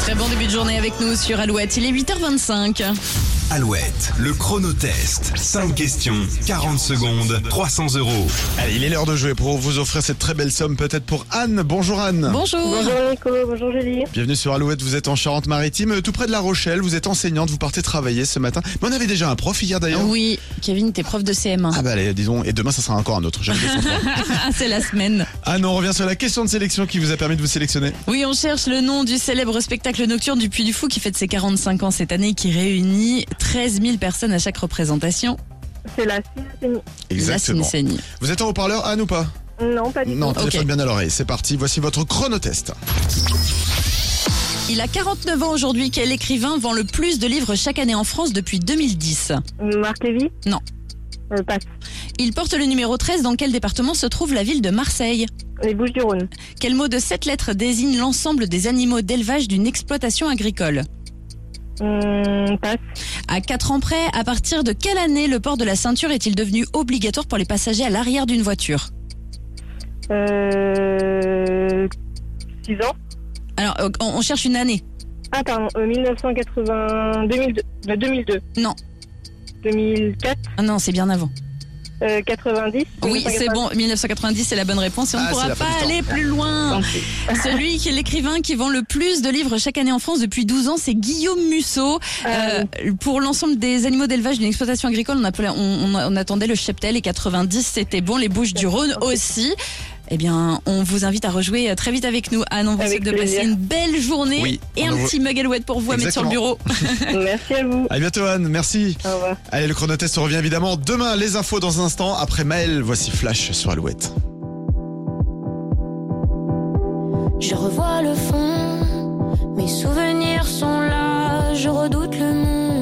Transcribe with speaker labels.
Speaker 1: Très bon début de journée avec nous sur Alouette. Il est 8h25.
Speaker 2: Alouette, le chronotest. 5 questions, 40 secondes, 300 euros.
Speaker 3: Allez, il est l'heure de jouer pour vous offrir cette très belle somme, peut-être pour Anne. Bonjour Anne.
Speaker 1: Bonjour.
Speaker 4: Bonjour Nico, bonjour Julie.
Speaker 3: Bienvenue sur Alouette, vous êtes en Charente-Maritime, euh, tout près de La Rochelle, vous êtes enseignante, vous partez travailler ce matin. Mais on avait déjà un prof hier d'ailleurs.
Speaker 1: Oui, Kevin, t'es prof de CM1.
Speaker 3: Ah bah allez, disons, et demain ça sera encore un autre. j'aime bien ça.
Speaker 1: Ah, c'est la semaine.
Speaker 3: Anne, on revient sur la question de sélection qui vous a permis de vous sélectionner.
Speaker 1: Oui, on cherche le nom du célèbre spectacle nocturne du Puy du Fou qui fête ses 45 ans cette année, qui réunit 13 000 personnes à chaque représentation.
Speaker 4: C'est la Cinécénie.
Speaker 1: La Cinécénie.
Speaker 3: Vous êtes en haut-parleur, Anne ou pas
Speaker 4: Non, pas du
Speaker 3: Non,
Speaker 4: tout.
Speaker 3: téléphone bien à l'oreille, c'est parti, voici votre chronotest.
Speaker 1: Il a 49 ans aujourd'hui. Quel écrivain vend le plus de livres chaque année en France depuis 2010
Speaker 4: Marc Lévy
Speaker 1: Non.
Speaker 4: Euh, passe.
Speaker 1: Il porte le numéro 13 dans quel département se trouve la ville de Marseille
Speaker 4: Les Bouches du Rhône.
Speaker 1: Quel mot de sept lettres désigne l'ensemble des animaux d'élevage d'une exploitation agricole
Speaker 4: Hum, passe.
Speaker 1: À 4 ans près, à partir de quelle année le port de la ceinture est-il devenu obligatoire pour les passagers à l'arrière d'une voiture
Speaker 4: Euh, 6 ans.
Speaker 1: Alors, euh, on on cherche une année.
Speaker 4: Ah, pardon, euh, 1980. 2002. de 2002.
Speaker 1: Non.
Speaker 4: 2004.
Speaker 1: Ah non, c'est bien avant.
Speaker 4: euh, 90.
Speaker 1: Oui, c'est bon, 1990, c'est la bonne réponse et on ne
Speaker 3: Ah, c'est
Speaker 1: pourra
Speaker 3: la fin
Speaker 1: pas
Speaker 3: du temps.
Speaker 1: aller plus loin. Celui qui est l'écrivain qui vend le plus de livres chaque année en France depuis 12 ans, c'est Guillaume Musso.
Speaker 4: Ah
Speaker 1: Euh, pour l'ensemble des animaux d'élevage d'une exploitation agricole, on, appelait, on, on- on attendait le cheptel et 90, c'était bon, les Bouches du Rhône aussi. Eh bien, on vous invite à rejouer euh, très vite avec nous. Anne, on vous
Speaker 4: Avec
Speaker 1: souhaite de
Speaker 4: plaisir.
Speaker 1: passer une belle journée
Speaker 3: Oui,
Speaker 1: et
Speaker 3: on
Speaker 1: un
Speaker 3: vous-
Speaker 1: petit mug Alouette pour vous à mettre sur le bureau.
Speaker 4: Merci à vous.
Speaker 3: À bientôt Anne, merci.
Speaker 4: Au revoir.
Speaker 3: Allez, le chronotest revient évidemment demain, les infos dans un instant. Après Maël, voici Flash sur Alouette.
Speaker 5: Je revois le fond, mes souvenirs sont là, je redoute le monde.